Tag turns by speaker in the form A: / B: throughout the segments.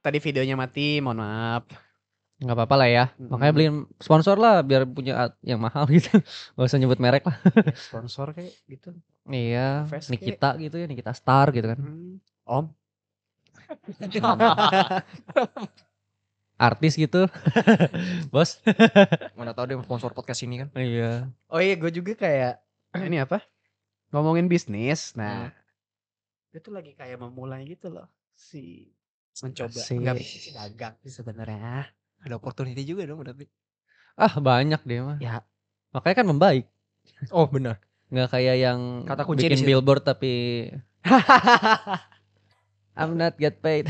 A: Tadi videonya mati, mohon maaf.
B: Nggak apa-apa lah ya. Makanya
A: Mm-mm.
B: beliin sponsor lah biar punya ad- yang mahal gitu. Gak usah nyebut merek lah.
A: Sponsor kayak gitu.
B: Iya,
A: Vest kek.
B: Nikita gitu ya, Nikita Star gitu kan.
A: Hmm. Om.
B: Artis gitu. Bos.
C: Mana tahu dia sponsor podcast ini kan.
B: Iya.
A: Oh iya, gue juga kayak ini apa? Ngomongin bisnis. Nah, dia tuh lagi kayak memulai gitu loh. Si mencoba
B: Si-
A: nggak bisnis dagang sih sebenarnya.
C: Ada opportunity juga dong berarti.
B: Ah, banyak deh mah.
A: Ya.
B: Makanya kan membaik.
C: Oh, benar.
B: Nggak kayak yang
C: Kata kunci di
B: bikin
C: situ.
B: billboard tapi I'm not get paid.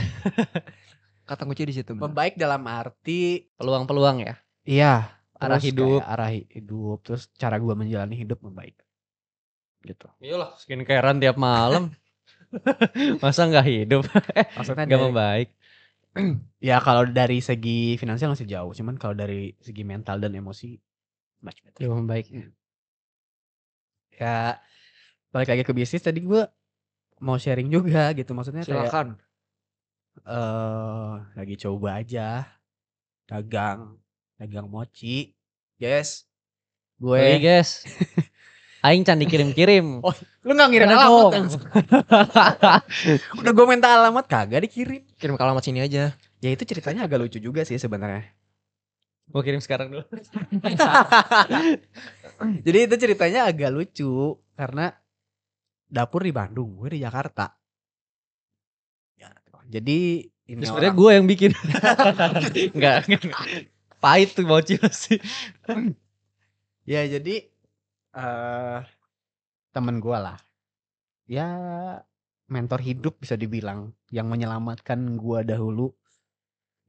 C: Kata kunci di situ. benar.
A: Membaik dalam arti
B: Peluang-peluang ya.
A: iya,
B: Arah
A: terus
B: hidup.
A: kayak arah hidup, terus cara gua menjalani hidup membaik. Gitu.
B: Iyalah, skincarean tiap malam. Masa nggak hidup?
A: Maksudnya
B: Nggak
A: dari-
B: membaik.
A: Ya kalau dari segi finansial masih jauh, cuman kalau dari segi mental dan emosi much better. Hmm.
B: Jauh membaik.
A: Ya balik lagi ke bisnis tadi gue mau sharing juga gitu maksudnya kayak
C: Silakan.
A: eh lagi coba aja dagang dagang mochi yes gue
B: Beli guys. Aing can dikirim-kirim.
A: Oh, lu nggak ngirim
B: Bener
A: alamat kan?
B: dong.
A: langsung. udah gue minta alamat kagak dikirim
C: Kirim ke alamat sini aja.
A: ya itu ceritanya agak lucu juga sih sebenarnya
B: Mau kirim sekarang dulu.
A: jadi itu ceritanya agak lucu karena dapur di Bandung gue di Jakarta ya, jadi ini
B: Sebenarnya
A: orang-
B: gue yang bikin. Enggak, Pahit tuh mochi pasti.
A: Ya jadi eh temen gue lah, ya mentor hidup bisa dibilang yang menyelamatkan gue dahulu,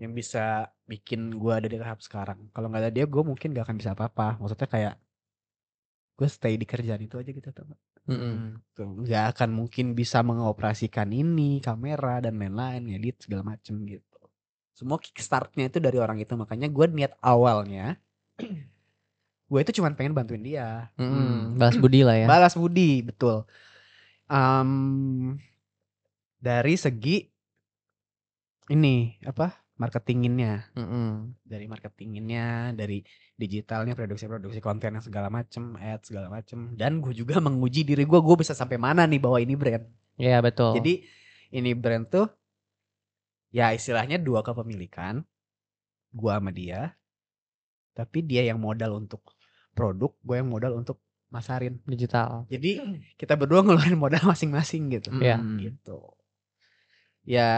A: yang bisa bikin gue ada di tahap sekarang. Kalau nggak ada dia, gue mungkin gak akan bisa apa-apa. Maksudnya kayak gue stay di kerjaan itu aja gitu, tau nggak? Tuh, Gitu. nggak akan mungkin bisa mengoperasikan ini, kamera dan lain-lain, edit segala macem gitu. Semua kickstartnya itu dari orang itu, makanya gue niat awalnya, gue itu cuman pengen bantuin dia.
B: Mm-mm. Balas budi lah ya.
A: Balas budi, betul. Em, dari segi ini apa marketinginnya,
B: Mm-mm.
A: dari marketinginnya, dari digitalnya, produksi-produksi konten yang segala macem, ad segala macem. Dan gue juga menguji diri gue, gue bisa sampai mana nih bawa ini brand.
B: Iya betul.
A: Jadi ini brand tuh ya istilahnya dua kepemilikan, gue sama dia. Tapi dia yang modal untuk produk, gue yang modal untuk masarin.
B: digital.
A: Jadi kita berdua ngeluarin modal masing-masing gitu.
B: Iya.
A: Mm, Gitu. Ya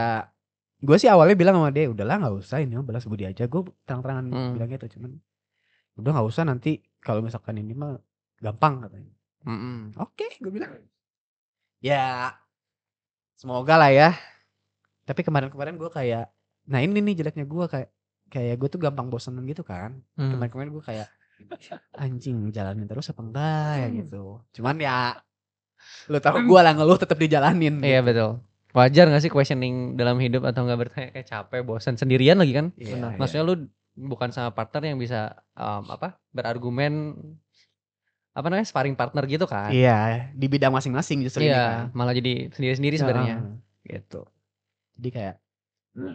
A: gue sih awalnya bilang sama dia udahlah nggak usah ini mah balas budi aja. Gue terang-terangan
B: Mm.
A: bilang gitu cuman udah nggak usah nanti kalau misalkan ini mah gampang katanya. Oke, gue bilang. Ya semoga lah ya. Tapi kemarin-kemarin gue kayak nah ini nih jeleknya gue kayak kayak gue tuh gampang bosan gitu kan
B: Hmm.
A: kemarin-kemarin gue kayak anjing jalanin terus apa enggak ya
B: Hmm.
A: gitu cuman ya lu tau gue lah ngeluh tetap dijalanin
B: Iya betul. Wajar gak sih questioning dalam hidup atau nggak bertanya kayak capek, bosan sendirian lagi kan?
A: Iya,
B: Benar.
A: iya.
B: Maksudnya lu bukan sama partner yang bisa um, apa berargumen apa namanya sparring partner gitu kan? Iya,
A: iya di bidang masing-masing justru ini kan.
B: malah jadi sendiri-sendiri sebenarnya. Hmm.
A: Heeh, gitu jadi kayak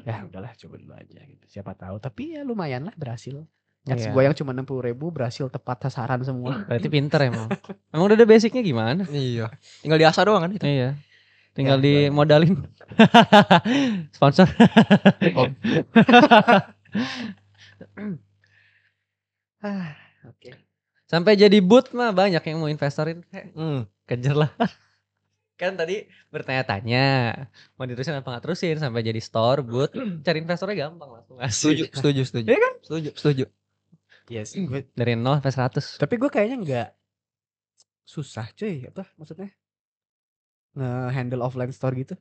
A: ya udahlah coba dulu aja gitu siapa tahu tapi ya lumayan lah berhasil Ads
B: Iya.
A: gue yang cuma 60 ribu berhasil tepat sasaran semua
B: Berarti pinter emang. emang udah ada basicnya gimana?
C: Iya. Tinggal diasah doang kan itu.
B: Iya.
A: Ya,
B: Tinggal
A: gua-
B: dimodalin. Sponsor.
A: Om. Ah, oke
B: Sampai jadi boot mah banyak yang mau investorin. Eh,
C: Hmm.
B: Kejar lah. kan tadi bertanya-tanya mau diterusin apa nggak terusin sampai jadi store boot cari investornya gampang langsung
C: Setuju,
B: asik
C: setuju, setuju.
B: Iya
C: kan? Setuju, setuju.
A: yes gue-
B: dari 0 sampai 100
A: Hmm. Tapi gue kayaknya nggak susah cuy apa maksudnya nge-handle offline store gitu.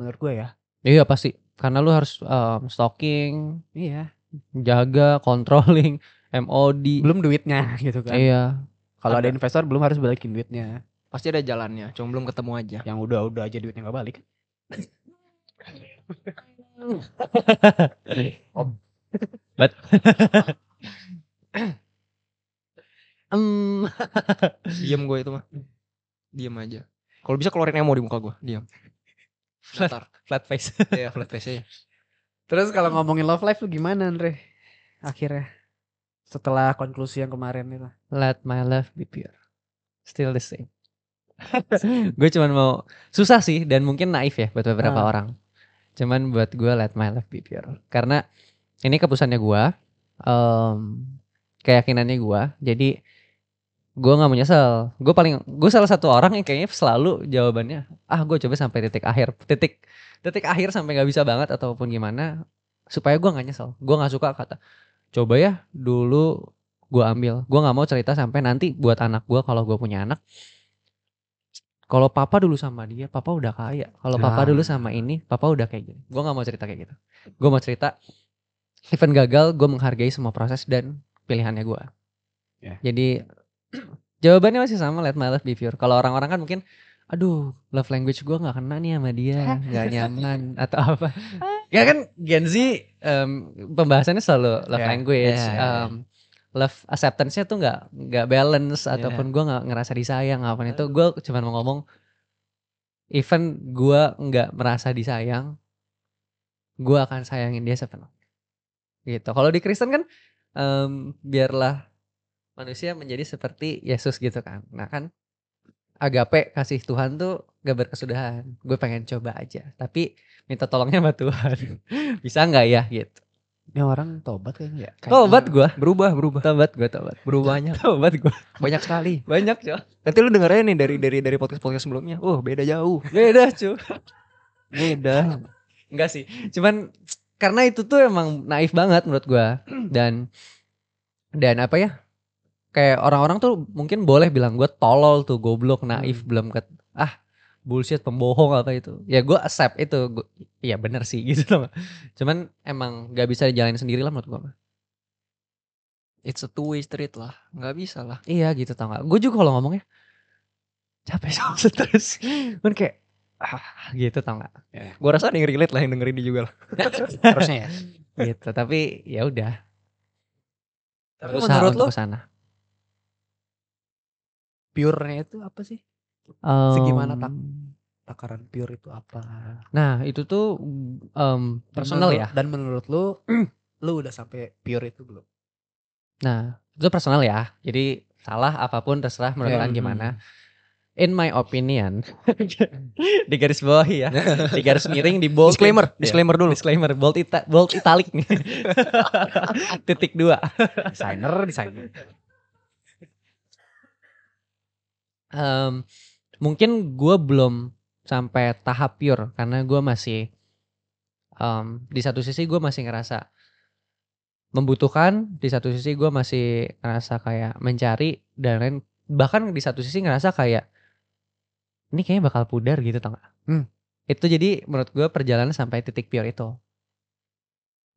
A: Menurut gue ya.
B: iya pasti karena lu harus um, stocking
A: Iya.
B: jaga controlling MOD
A: Belum duitnya gitu kan.
B: iya
A: Kalau ada
C: Ada.
A: investor belum harus balikin duitnya.
C: Pasti ada jalannya, cuma belum ketemu aja.
A: Yang udah-udah aja duitnya nggak balik.
B: Em,
C: Diam gue itu mah. Diam aja. Kalau bisa keluarin emo di muka gue, diam. Bentar.
B: flat face.
C: Iya, flat face aja.
A: Terus kalau ngomongin love life lu gimana Andre? Hmm. Akhirnya setelah konklusi yang kemarin itu.
B: Let my love be pure. Still the same. gue cuman mau susah sih dan mungkin naif ya buat
A: Ah.
B: beberapa orang. Cuman buat gue let my love be pure. Karena ini keputusannya gue, em, keyakinannya gue. Jadi gue nggak mau nyesel. Gue paling gue salah satu orang yang kayaknya selalu jawabannya ah gue coba sampai titik akhir, titik titik akhir sampai nggak bisa banget ataupun gimana supaya gue nggak nyesel. Gue nggak suka kata coba ya dulu gue ambil. Gue nggak mau cerita sampai nanti buat anak gue kalau gue punya anak. Kalau papa dulu sama dia, papa udah kaya. Kalau
A: Ah.
B: papa dulu sama ini, papa udah kayak gini. Gue nggak mau cerita kayak gitu. Gue mau cerita event gagal, gue menghargai semua proses dan pilihannya gue.
A: Ya.
B: Jadi jawabannya masih sama let my love be pure. Kalau orang-orang kan mungkin aduh love language gue nggak kena nih sama dia nggak nyaman atau apa ya kan Gen Z em, pembahasannya selalu love
A: Ya,
B: language
C: ya, ya.
B: em, love acceptance-nya tuh nggak nggak balance
C: Ya.
B: ataupun gue nggak ngerasa disayang apapun itu gue cuma mau ngomong even gue nggak merasa disayang gue akan sayangin dia sepenuhnya gitu kalau di Kristen kan em, biarlah manusia menjadi seperti Yesus gitu kan nah kan agape kasih Tuhan tuh gak berkesudahan gue pengen coba aja tapi minta tolongnya sama Tuhan bisa nggak ya gitu
A: Ini orang tobat kayaknya ya.
B: tobat gue
C: Berubah, berubah.
B: tobat gue tobat
C: Berubahnya
B: tobat gue
C: banyak sekali.
B: banyak cuy
C: Nanti lu dengerin nih dari dari dari podcast-podcast sebelumnya. Oh, beda jauh.
B: beda cuy
C: Beda.
B: Enggak sih. Cuman karena itu tuh emang naif banget menurut gua. Dan dan apa ya? Kayak orang-orang tuh mungkin boleh bilang gua tolol tuh, goblok,
C: Hmm.
B: naif, belum ke ah bullshit pembohong apa itu. Ya gua accept itu. Gua, ya bener sih gitu loh. Cuman emang gak bisa dijalanin sendiri lah menurut gua. mah.
C: It's a two way street lah. Nggak bisa lah.
B: Iya gitu tau gak? Gue juga kalau ngomongnya capek sama terus. Cuman kayak ah gitu tau gak?
C: Ya, Gua rasa ada yang relate lah yang dengerin di juga lah.
A: Harusnya ya.
B: Gitu. Tapi ya udah.
C: Tapi
B: Berusaha
C: menurut
B: untuk
C: lu
B: kesana.
A: Pure-nya itu apa sih?
B: Em,
A: Segimana tak takaran pure itu apa?
B: Nah itu tuh em, personal ya.
A: Dan menurut lu lu udah sampai pure itu belum?
B: Nah itu personal ya. Jadi salah apapun terserah
A: Ya,
B: menurut kalian
C: hmm.
A: mm.
B: gimana. In my opinion, di garis bawah ya, di garis miring di bold.
C: disclaimer,
B: Iya.
C: disclaimer dulu.
B: disclaimer bold ita, bold italic nih. Titik dua.
A: Desainer, desainer.
B: Em, mungkin gue belum sampai tahap pure karena gue masih em, di satu sisi gue masih ngerasa membutuhkan di satu sisi gue masih ngerasa kayak mencari dan lain bahkan di satu sisi ngerasa kayak ini kayaknya bakal pudar gitu tau nggak?
A: Hmm.
B: itu jadi menurut gue perjalanan sampai titik pure itu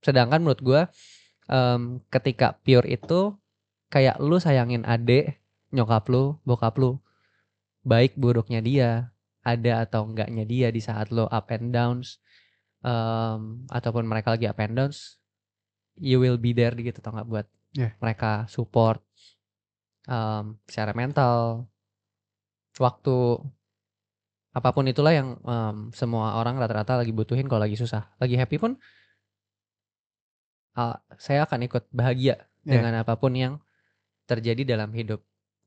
B: sedangkan menurut gue em, ketika pure itu kayak lu sayangin adik nyokap lu bokap lu baik buruknya dia ada atau enggaknya dia di saat lo up and downs em, ataupun mereka lagi up and downs you will be there gitu tau nggak buat
A: Yeah.
B: mereka support em, secara mental waktu apapun itulah yang em, semua orang rata-rata lagi butuhin kalau lagi susah lagi happy pun ah, saya akan ikut bahagia
A: Yeah.
B: dengan apapun yang terjadi dalam hidup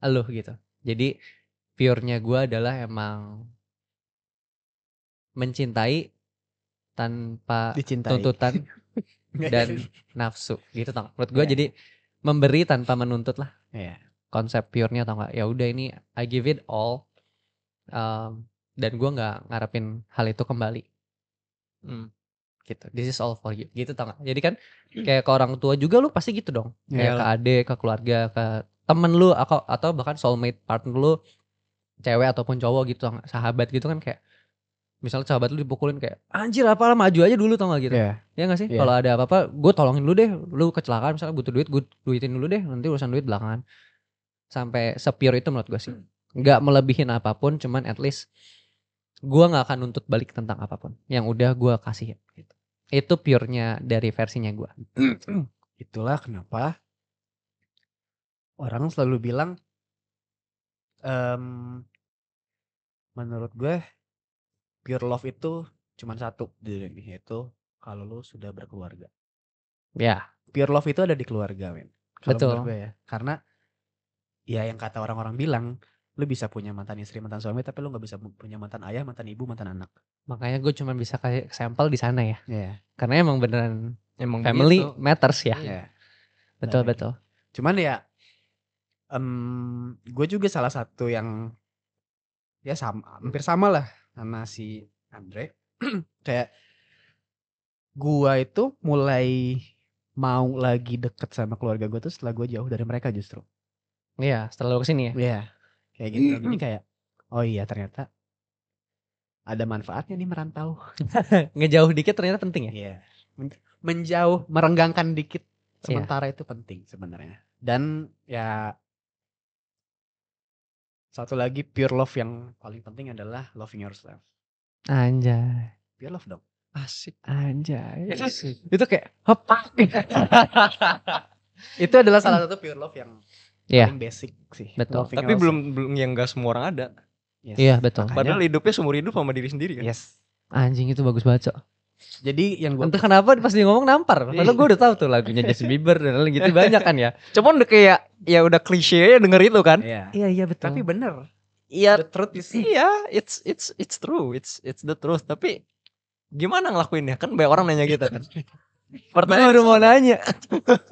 B: lo gitu jadi pure-nya gue adalah emang mencintai tanpa
A: Dicintai.
B: tuntutan dan nafsu gitu tau nggak? menurut gue
A: Iya.
B: jadi memberi tanpa menuntut lah
A: Iya.
B: konsep pure-nya tau nggak ya udah ini I give it all Um, dan gue nggak ngarepin hal itu kembali
C: Hmm.
B: gitu this is all for you gitu tau nggak jadi kan kayak ke orang tua juga lu pasti gitu dong
A: Hmm.
B: kayak
A: Iya.
B: ke adik ke keluarga ke temen lu atau atau bahkan soulmate partner lu cewek ataupun cowok gitu tau nggak? sahabat gitu kan kayak misalnya sahabat lu dipukulin kayak anjir apalah maju aja dulu tau gak gitu
A: Iya.
B: Ya gak sih?
A: Iya.
B: Kalau ada apa-apa, gue tolongin dulu deh. Lu kecelakaan misalnya butuh duit, gue duitin dulu deh. Nanti urusan duit belakangan. Sampai sepure itu menurut gue sih. Gak melebihin apapun, cuman at least gue gak akan nuntut balik tentang apapun. Yang udah gue kasih. Gitu. Itu pure-nya dari versinya gue.
A: Itulah kenapa orang selalu bilang em, menurut gue pure love itu cuman satu di dunia ini, yaitu kalau lu sudah berkeluarga
B: Ya.
A: pure love itu ada di keluarga men Kalau
B: Betul.
A: menurut gue ya karena ya yang kata orang-orang bilang lu bisa punya mantan istri mantan suami tapi lu nggak bisa mu- punya mantan ayah mantan ibu mantan anak
B: Makanya gue cuma bisa kasih sampel di sana ya.
A: ya
B: Karena emang beneran
C: Emang gitu.
B: family
C: begitu.
B: matters ya.
A: ya Nah,
B: Betul betul.
A: cuman ya em gue juga salah satu yang ya sama hampir sama lah sama si Andre kayak gua itu mulai mau lagi deket sama keluarga gue tuh setelah gue jauh dari mereka justru
B: Iya, setelah lu kesini ya.
A: Iya. Kayak gitu. Jadi kayak oh iya ternyata ada manfaatnya nih merantau.
B: Ngejauh dikit ternyata penting ya.
A: Iya. Men- Menjauh, merenggangkan dikit
B: Iya.
A: sementara itu penting sebenarnya. Dan ya satu lagi pure love yang paling penting adalah loving yourself.
B: Anjay.
A: Pure love dong.
C: Asik.
B: Anjay.
C: Asik.
B: Itu kayak hepak.
A: Itu adalah salah satu pure love yang
B: Iya.
A: paling basic sih.
B: Betul.
A: Loving
C: Tapi
A: yourself.
C: belum belum yang gak semua orang ada.
A: Yes.
B: Iya, betul.
A: Makanya-
C: Padahal hidupnya seumur hidup sama diri sendiri kan.
A: Yes.
B: Anjing itu bagus banget, Cok.
A: Jadi yang gue
B: Entah kenapa pas dia ngomong nampar. Padahal gue udah tahu tuh lagunya Justin Bieber dan lain gitu banyak kan ya.
C: Cuman udah kayak ya udah klise ya denger itu kan.
A: Iya.
B: Iya, iya betul.
A: Tapi bener.
C: Iya,
A: The truth is
C: iya, it's it's it's true, it's it's the truth. Tapi gimana ngelakuinnya? Kan banyak orang nanya gitu kan.
B: Gue
C: Pertanyaan
B: baru mau nanya.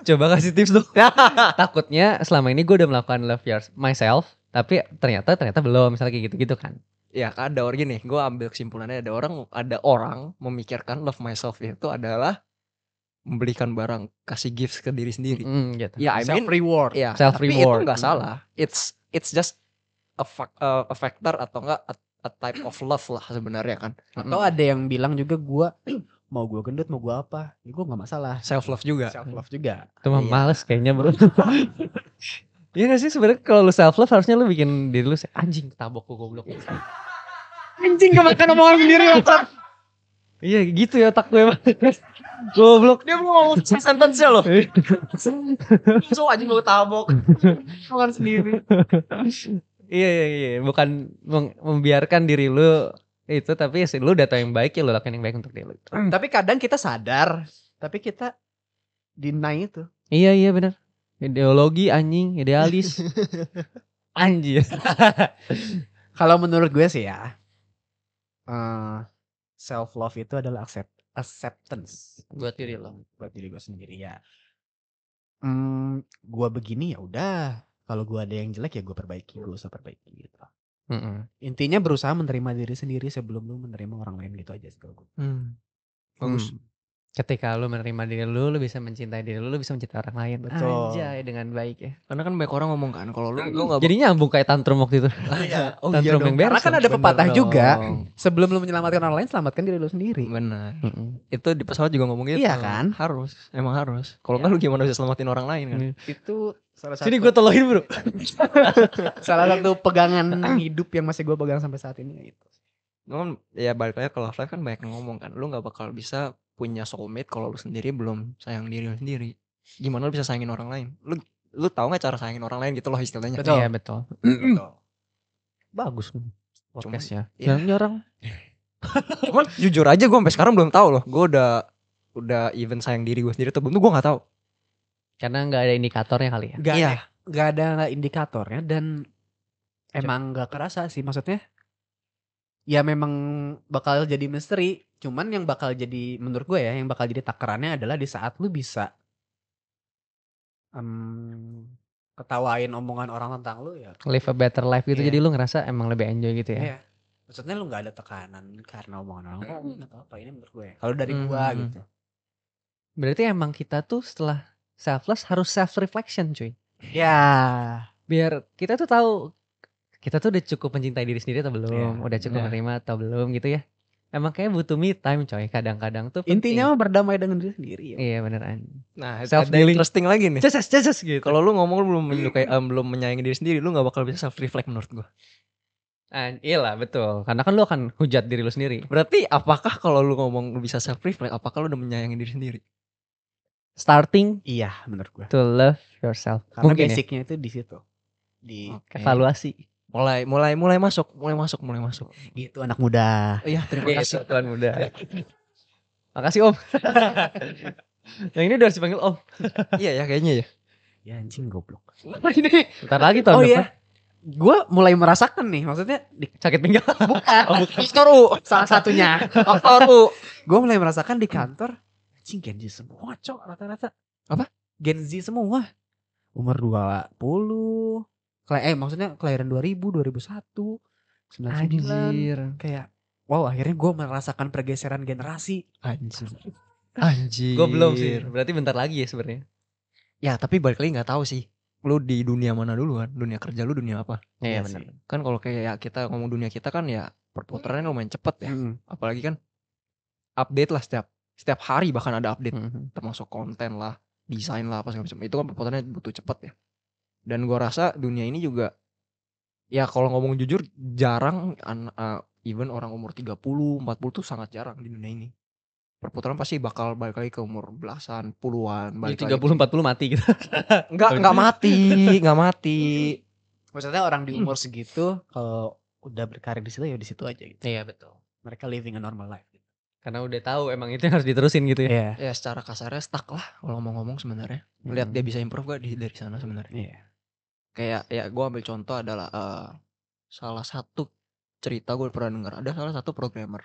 B: Coba kasih tips dong. Takutnya selama ini gue udah melakukan love yours myself, tapi ternyata ternyata belum misalnya kayak gitu-gitu kan.
C: ya ada orang gini, gue ambil kesimpulannya ada orang ada orang memikirkan love myself itu adalah membelikan barang, kasih gifts ke diri sendiri.
B: Mm, gitu.
C: Ya, I mean,
A: self reward.
C: ya,
B: Self
C: tapi itu
B: reward. Hmm.
C: nggak salah. It's it's just a, fac- a- a factor atau enggak a, a type of love lah sebenarnya kan.
A: Atau ada yang bilang juga gua mau gua gendut mau gua apa, ya gua nggak masalah.
C: Self love juga.
A: Self love juga.
B: Itu mah
C: Iya.
B: males kayaknya bro. Iya gak sih sebenarnya kalau lu self love harusnya lu bikin diri lu se- anjing tabok gua goblok.
C: Anjing kemakan sama orang sendiri
B: Iya gitu ya otak gue emang. goblok.
C: Dia mau ngomong sentence ya loh. So anjing lu tabok. Makan sendiri.
B: Iya iya iya bukan meng- membiarkan diri lu itu tapi sih lu data yang baik ya lu lakukan yang baik untuk diri lu.
A: Tapi kadang kita sadar, tapi kita deny itu.
B: Iya iya benar. Ideologi anjing, idealis. Anjir.
A: Kalau menurut gue sih ya, eh, self love itu adalah accept acceptance
B: Buat diri lo.
A: buat diri gue sendiri ya. Hmm, gua begini ya udah. Kalau gua ada yang jelek ya gua perbaiki, gua usah perbaiki gitu. Intinya berusaha menerima diri sendiri sebelum lu menerima orang lain gitu aja sih kalau gua.
C: Bagus.
A: Hmm.
B: Ketika lu menerima diri lu, lu bisa mencintai diri lu, lu bisa mencintai orang lain.
A: Betul.
B: Anjay dengan baik ya.
C: Karena kan banyak orang ngomong kan kalau lu lu enggak
B: Jadi nyambung kayak tantrum waktu itu.
C: oh
B: iya dong.
A: Karena kan ada
C: Bener
A: pepatah
C: dong.
A: juga, sebelum lu menyelamatkan orang lain, selamatkan diri lu sendiri.
C: Benar. Itu di pesawat juga ngomong gitu.
A: Iya kan?
C: Harus, emang harus. Kalau enggak lu gimana bisa selamatin orang lain kan?
A: itu
C: Hmm.
A: salah satu
B: Sini gue tolongin bro.
A: salah satu pegangan hidup yang masih gue pegang sampai saat ini ya itu
C: Lu kan ya balik lagi ke love life kan banyak yang ngomong kan. Lu nggak bakal bisa punya soulmate kalau lu sendiri belum sayang diri lu sendiri. Gimana lu bisa sayangin orang lain? Lu lu tahu nggak cara sayangin orang lain gitu loh istilahnya. Gitu
A: Betul.
B: Iya betul. Bagus nih podcastnya.
C: Iya.
B: Yang nyerang.
C: Cuman jujur aja gue sampai sekarang belum tahu loh. Gue udah udah even sayang diri gue sendiri atau belum tuh gue nggak tahu.
B: Karena nggak ada indikatornya kali ya.
A: nggak
C: Iya.
A: ada- nggak ada indikatornya dan emang nggak kerasa sih maksudnya ya memang bakal jadi misteri cuman yang bakal jadi menurut gue ya yang bakal jadi takarannya adalah di saat lu bisa em, ketawain omongan orang tentang lu ya
B: Live a better life gitu.
A: Iya.
B: Jadi lu ngerasa emang lebih enjoy gitu ya.
A: Iya. maksudnya lu nggak ada tekanan karena omongan orang "Oh, nggak apa-apa ini menurut gue kalau dari gua
C: Hmm.
A: gitu
B: Berarti emang kita tuh setelah selfless harus self reflection cuy.
A: ya
B: biar kita tuh tahu kita tuh udah cukup mencintai diri sendiri atau
A: Iya,
B: belum, udah cukup
C: benar.
B: menerima atau belum gitu ya. Emang kayak butuh me time coy, kadang-kadang tuh
A: intinya mah berdamai dengan diri sendiri ya.
B: penting. iya beneran.
C: Nah,
B: Self
C: ada
B: healing.
C: interesting lagi nih.
B: Just just just gitu.
C: Kalau lu ngomong lu belum menyukai em, belum menyayangi diri sendiri, lu nggak bakal bisa self reflect menurut gua.
B: An iya lah betul. Karena kan lu akan hujat diri lu sendiri.
C: Berarti apakah kalau lu ngomong lu bisa self reflect, apakah lu udah menyayangi diri sendiri?
B: Starting
A: Iya, menurut gue.
B: to love yourself.
A: Karena
B: Mungkin ya.
A: basicnya itu di situ. Di
B: Evaluasi.
C: mulai mulai mulai masuk mulai masuk mulai masuk
A: Gitu anak muda.
C: iya terima kasih
B: Gitu, tuan muda. Makasih Om. yang ini udah harus dipanggil Om.
C: iya ya kayaknya ya
A: Ya anjing goblok.
B: ini. Bentar lagi tahun
A: Oh
B: depan.
A: iya. Gue mulai merasakan nih, maksudnya di
B: Sakit pinggang.
A: bukan.
B: Oh,
A: Faktor U salah satunya. Faktor U. Gue mulai merasakan di kantor anjing Gen Z semua, cok rata-rata.
C: Apa?
A: Gen Z semua. Umur 20. Kela eh maksudnya kelahiran 2000, 2001, 99. Kayak wow akhirnya gue merasakan pergeseran generasi.
C: anjir anjir
B: Gue belum sih. Berarti bentar lagi ya sebenarnya.
C: ya tapi balik lagi nggak tahu sih lu di dunia mana dulu kan dunia kerja lu dunia apa
B: Iya,
A: benar.
B: benar.
C: kan kalau kayak kita ngomong dunia kita kan ya perputarannya lumayan cepet ya
A: Mm.
C: apalagi kan update lah setiap setiap hari bahkan ada update
B: Mhm.
C: termasuk konten lah desain lah apa segala macam itu kan perputarannya butuh cepet ya dan gua rasa dunia ini juga ya kalau ngomong jujur jarang an- eh, even orang umur 30 40 tuh sangat jarang di dunia ini perputaran pasti bakal balik lagi ke umur belasan puluhan
B: Di
C: balik
B: 30 40 mati gitu.
C: lagi nggak nggak mati nggak mati
A: Maksudnya orang di umur segitu kalau udah berkarir di situ ya di situ aja gitu.
B: Iya, betul.
A: Mereka living a normal life. gitu.
B: Karena udah tahu emang itu yang harus diterusin gitu ya.
A: Iya. Hmm.
C: ya secara kasarnya stuck lah kalau mau ngomong sebenarnya lihat dia bisa improve gak di- dari sana sebenarnya
A: Iya.
C: kayak ya gue ambil contoh adalah eh, salah satu cerita gue pernah dengar ada salah satu programmer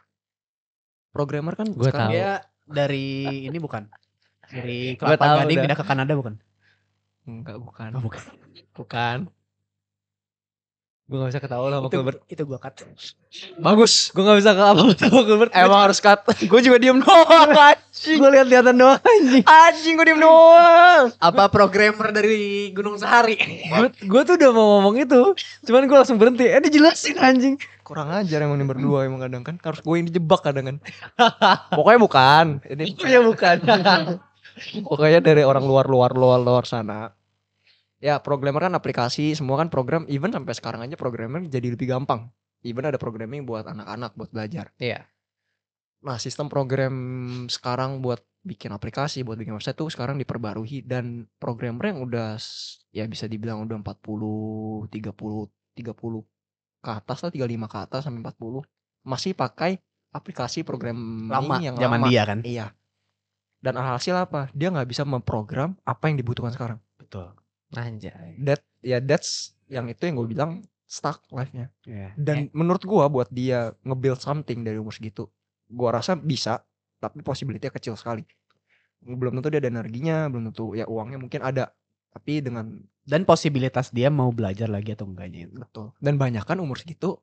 C: programmer kan
B: Gua
C: sekarang
B: tahu.
A: Dia
C: dia
A: dari ini bukan dari
B: Gua tahu
A: Kelapa Gading
B: udah.
A: pindah ke Kanada bukan?
C: enggak bukan
A: Oh, bukan.
C: bukan
B: Gue gak bisa ketawa lah sama
A: itu,
B: Gilbert.
A: itu gua cut.
C: bagus
B: Gue gak bisa ketawa sama Gilbert.
C: emang harus cut gue juga diem doang anjing
B: Gue lihat-lihatan doang anjing.
C: anjing gue diem doang
A: Apa programmer dari Gunung Sahari?
B: Gue tuh udah mau ngomong itu. Cuman gue langsung berhenti. Eh dijelasin anjing.
C: kurang ajar emang ini berdua emang kadang kan harus gue yang dijebak kadang kan pokoknya bukan ini
B: Iya bukan.
C: pokoknya dari orang luar luar luar luar sana ya programmer kan aplikasi semua kan program even sampai sekarang aja programmer jadi lebih gampang even ada programming buat anak-anak buat belajar
B: Iya.
C: nah sistem program sekarang buat bikin aplikasi buat bikin website tuh sekarang diperbarui dan programmer yang udah s- ya bisa dibilang udah 40 30 30 ke atas lah 35 ke atas sampai 40 masih pakai aplikasi programming
A: Lama
C: yang
A: zaman
C: lama
A: dia kan.
C: Iya. Dan alhasil apa? Dia nggak bisa memprogram apa yang dibutuhkan sekarang.
A: Betul.
B: Anjay.
C: That ya that's yang itu yang gue bilang stuck life-nya.
A: Iya.
C: Dan menurut gua buat dia nge-build something dari umur segitu, gua rasa bisa, tapi possibility-nya kecil sekali. Belum tentu dia ada energinya, belum tentu ya uangnya mungkin ada, tapi dengan
A: Dan posibilitas dia mau belajar lagi atau enggaknya itu
C: betul. Dan banyak kan umur segitu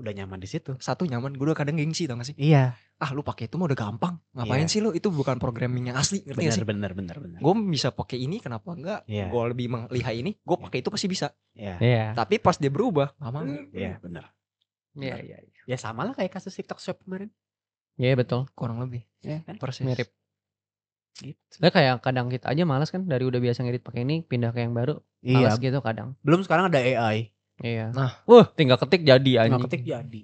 A: udah nyaman di situ.
C: satu nyaman gue kadang gengsi tau gak sih?
A: Iya.
C: Ah lu pakai itu mah udah gampang. Ngapain
A: Iya.
C: sih lu? Itu bukan programming yang asli,
B: Iya
C: ngerti gak
A: Benar
C: sih?
A: benar benar benar.
C: Gue bisa pakai ini kenapa enggak?
A: Iya.
C: gue lebih melihai ini, gue pakai itu pasti bisa.
A: Iya.
B: Iya.
C: Tapi pas dia berubah, nggak mau.
B: Hmm.
A: Iya, benar.
B: Iya iya.
A: Ya sama lah kayak kasus TikTok Shop kemarin.
B: Iya betul.
C: Kurang lebih.
A: Iya kan?
C: Persis.
B: Mirip.
A: Gitu.
B: Nah kayak kadang kita aja malas kan dari udah biasa ngedit pakai ini pindah ke yang baru. Malas
A: Iya.
B: gitu kadang.
A: Belum sekarang ada AI.
B: Iya.
C: Nah.
B: Wah, tinggal ketik jadi anjing.
A: Tinggal ketik ya jadi.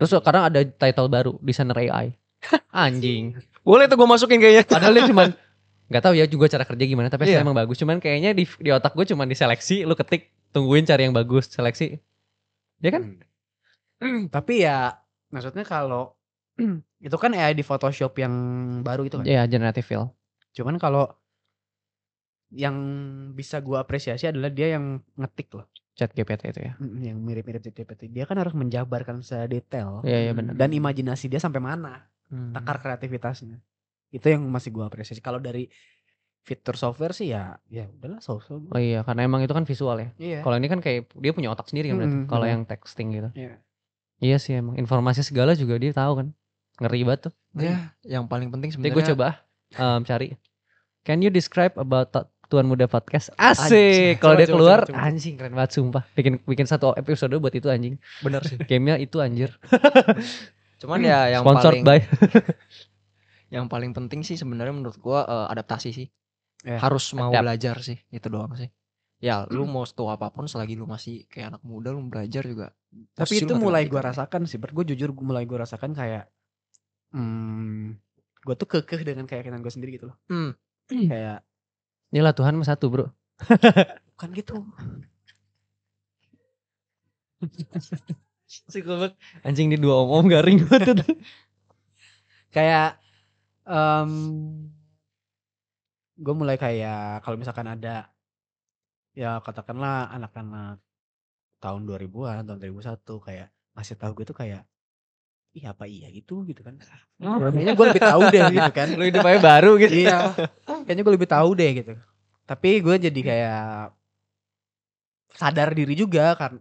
B: Terus sekarang ada title baru desainer AI. anjing.
C: Boleh tuh gue masukin kayaknya.
B: Padahal dia cuman nggak tahu ya juga cara kerja gimana tapi
C: Iya.
B: hasilnya emang bagus. Cuman kayaknya di di otak gue cuman diseleksi, lu ketik, tungguin cari yang bagus, seleksi. Ya kan?
A: Hmm. Tapi ya maksudnya kalau itu kan AI di Photoshop yang baru itu kan.
B: Iya, generative fill.
A: Cuman kalau yang bisa gua apresiasi adalah dia yang ngetik loh,
B: Chat GPT itu ya.
A: Mm, yang mirip-mirip ChatGPT. Dia kan harus menjabarkan sedetail
B: Iya, iya benar.
A: dan imajinasi dia sampai mana, takar kreativitasnya. Itu yang masih gua apresiasi. Kalau dari fitur software sih ya ya udahlah so-so.
B: Oh iya, karena emang itu kan visual ya.
A: Iya.
B: Kalau ini kan kayak dia punya otak sendiri kan berarti.
A: Mm-mm,
B: Kalau
A: benar.
B: yang texting gitu.
A: Hmm, Iya.
B: Iya sih emang informasi segala juga dia tahu kan. Ngeri banget tuh.
A: Iya.
C: Ya, yang paling
B: Nanti
C: penting sebenarnya.
B: gue coba ah, em, cari. Can you describe about ta- Tuan Muda Podcast? Asik.
C: Anjing.
B: Kalau
C: Coba,
B: dia
C: coba,
B: keluar
C: coba, coba.
B: anjing keren banget sumpah. Bikin bikin satu episode buat itu anjing.
C: Bener sih.
B: Gamenya itu anjir.
C: Cuman ya yang
B: Sponsored
C: paling
B: by.
C: yang paling penting sih sebenarnya menurut gue adaptasi sih.
A: Ya.
B: Iya.
C: Harus mau
B: Adapt.
C: belajar sih, itu doang sih. Ya, lu mau setua apapun selagi lu masih kayak anak muda lu belajar juga.
A: Tapi
C: pasti lu
A: itu
C: ngerti
A: mulai
B: gitu?
C: ngerti
A: gua
C: kan.
A: rasakan sih, Bert. Gua jujur gua- mulai gua rasakan kayak hmm, gua tuh kekeh dengan keyakinan gua sendiri gitu loh.
C: Hmm.
A: Kayak
B: Inilah Tuhan mah satu, Bro.
A: bukan gitu.
B: si banget anjing ini dua om om garing banget
A: kayak gue mulai kayak kalau misalkan ada ya katakanlah anak-anak tahun 2000-an tahun 2001 kayak masih tahu gue tuh kayak iya apa iya gitu gitu kan kayaknya gue lebih tahu deh gitu kan
B: lu hidup aja baru gitu
A: iya kayaknya gue lebih tahu deh gitu tapi gue jadi kayak sadar diri juga kan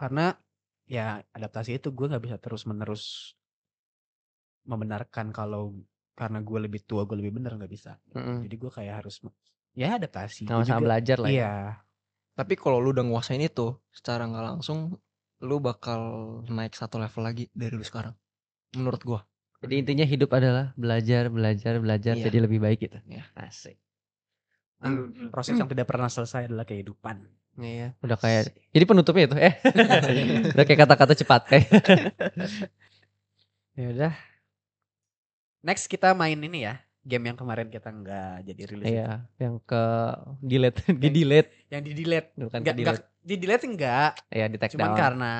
A: karena ya adaptasi itu gue nggak bisa terus menerus membenarkan kalau karena gue lebih tua gue lebih bener nggak bisa
B: Mm-mm.
A: jadi gue kayak harus me- ya adaptasi Gua
B: sama-sama
A: juga-
B: belajar lah ya.
A: iya
C: Tapi kalau lu udah nguasain itu secara nggak langsung lu bakal naik satu level lagi dari lu sekarang. Menurut gua.
B: Jadi intinya hidup adalah belajar, belajar, belajar
C: Iya.
B: jadi lebih baik gitu.
C: Iya.
B: Asik.
A: proses yang tidak pernah selesai adalah kehidupan
C: Iya.
B: Udah kayak jadi penutupnya itu eh. Udah kayak kata-kata cepat eh.
A: ya udah next kita main ini ya game yang kemarin kita nggak jadi rilis itu.
B: Iya, yang ke delete, di delete
A: yang di delete
C: Kan
B: bukan
A: nggak
B: ke
A: nggak
B: delete.
A: di delete enggak
B: Iya, di take
A: cuman
B: down.
A: karena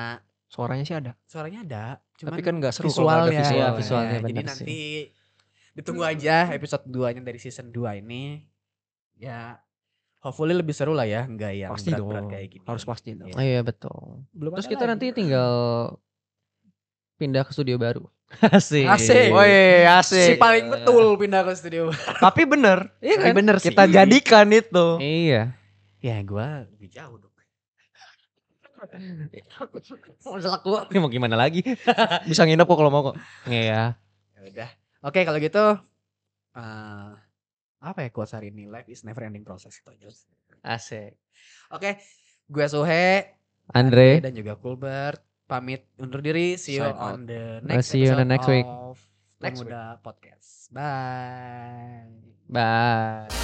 C: Suaranya sih ada.
A: suaranya ada cuman
C: Tapi kan nggak seru kalau
A: visualnya,
C: nggak ada
A: ya,
B: visual. Iya, visualnya
A: jadi
B: benar
A: nanti ditunggu aja episode 2 nya dari season 2 ini ya hopefully lebih seru lah ya nggak yang
C: Pasti dong.
A: berat-berat kayak gini
C: Harus pasti dong.
A: Iya.
B: Oh, iya, betul.
A: Belum
B: Terus
A: ada
B: kita
A: lagi.
B: nanti tinggal pindah ke studio baru. Asik.
A: Asik. si
C: Woi, asik.
A: paling betul pindah ke studio
C: Tapi bener.
B: Iya
A: Tapi
B: kan?
A: bener sih.
C: Kita jadikan itu.
B: Iya.
A: ya gua lebih jauh dong
B: Ini mau gimana lagi?
C: Bisa nginep kok kalau mau kok.
B: Iya.
A: ya udah oke kalau gitu eh, apa ya quotes hari ini life is never ending process itu aja oke
B: Asik.
A: gue Suhe
B: Andre,
A: dan juga Kulbert pamit undur diri see you
C: Sign out.
A: on the
B: I'll
A: next
B: see you on
A: episode
B: the next week.
A: of
C: Next
A: Pemuda podcast bye
B: bye.